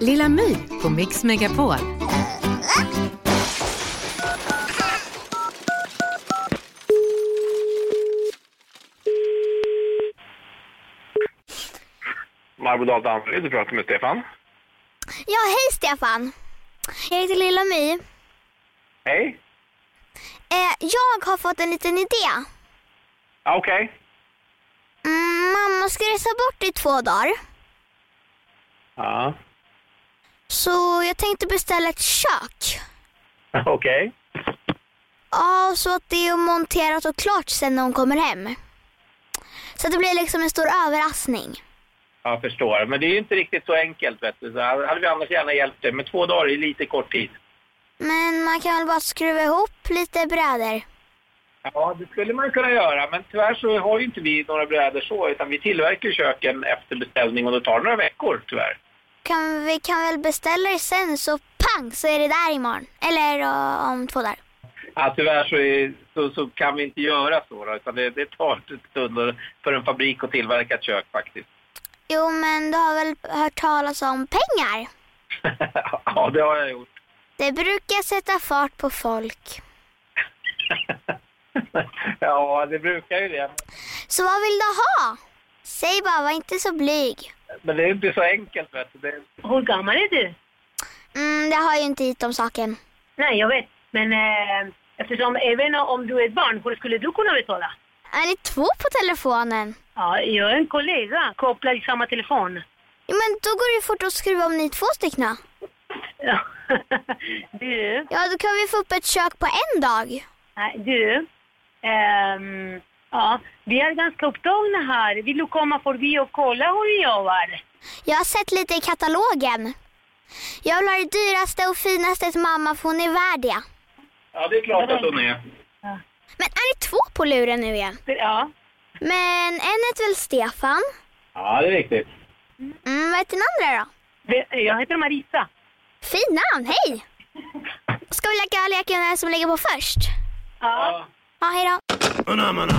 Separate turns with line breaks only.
Lilla My på Mix Megapol.
Barbro Dahl Danderyd, du pratar med Stefan.
Ja, hej Stefan. Jag heter Lilla My.
Hej.
Eh, jag har fått en liten idé.
Ja, Ah, Okej.
Mm, mamma ska resa bort i två dagar.
Ja.
Så jag tänkte beställa ett kök.
Okej.
Ja, så att det är monterat och klart sen när hon kommer hem. Så att det blir liksom en stor överraskning.
Jag förstår. Men det är ju inte riktigt så enkelt. Vet du. Så här hade vi annars gärna hjälpt dig. Men två dagar är lite kort tid.
Men man kan väl bara skruva ihop lite brädor?
Ja, det skulle man kunna göra. Men tyvärr så har ju inte vi några brädor så. Utan vi tillverkar ju köken efter beställning och det tar några veckor tyvärr.
Kan, vi kan väl beställa det sen så pang så är det där imorgon. Eller eh, om två dagar.
Ja, tyvärr så, är, så, så kan vi inte göra så. Då, utan det, det tar en stund för en fabrik att tillverka ett kök faktiskt.
Jo, men du har väl hört talas om pengar?
ja, det har jag gjort.
Det brukar sätta fart på folk.
ja, det brukar ju det.
Så vad vill du ha? Säg bara, var inte så blyg.
Men det är inte så enkelt. Vet du. Det,
Hur gammal är du?
Mm, det har ju inte hit om saken.
Nej, jag vet. Men eh, eftersom även om du är ett barn, hur skulle du kunna betala?
Är ni två på telefonen?
Ja, jag är en kollega kopplad i samma telefon.
Ja, men då går det ju fort att skruva om ni är två stycken.
Ja. du,
Ja, då kan vi få upp ett kök på en dag.
nej, du. Ehm, ja, vi är ganska upptagna här. Vill du komma förbi och kolla hur vi jobbar?
Jag har sett lite i katalogen. Jag vill ha det dyraste och finaste till mamma för hon är värd det.
ja, det är klart att hon är.
Men är ni två på luren nu igen?
Ja.
Men en heter väl Stefan?
Ja, det är riktigt.
Mm, vad heter den andra då?
Vi- Jag heter Marisa.
Fint namn, hej! Ska vi leka leken vem som ligger på först?
Ja.
Ja, hej då.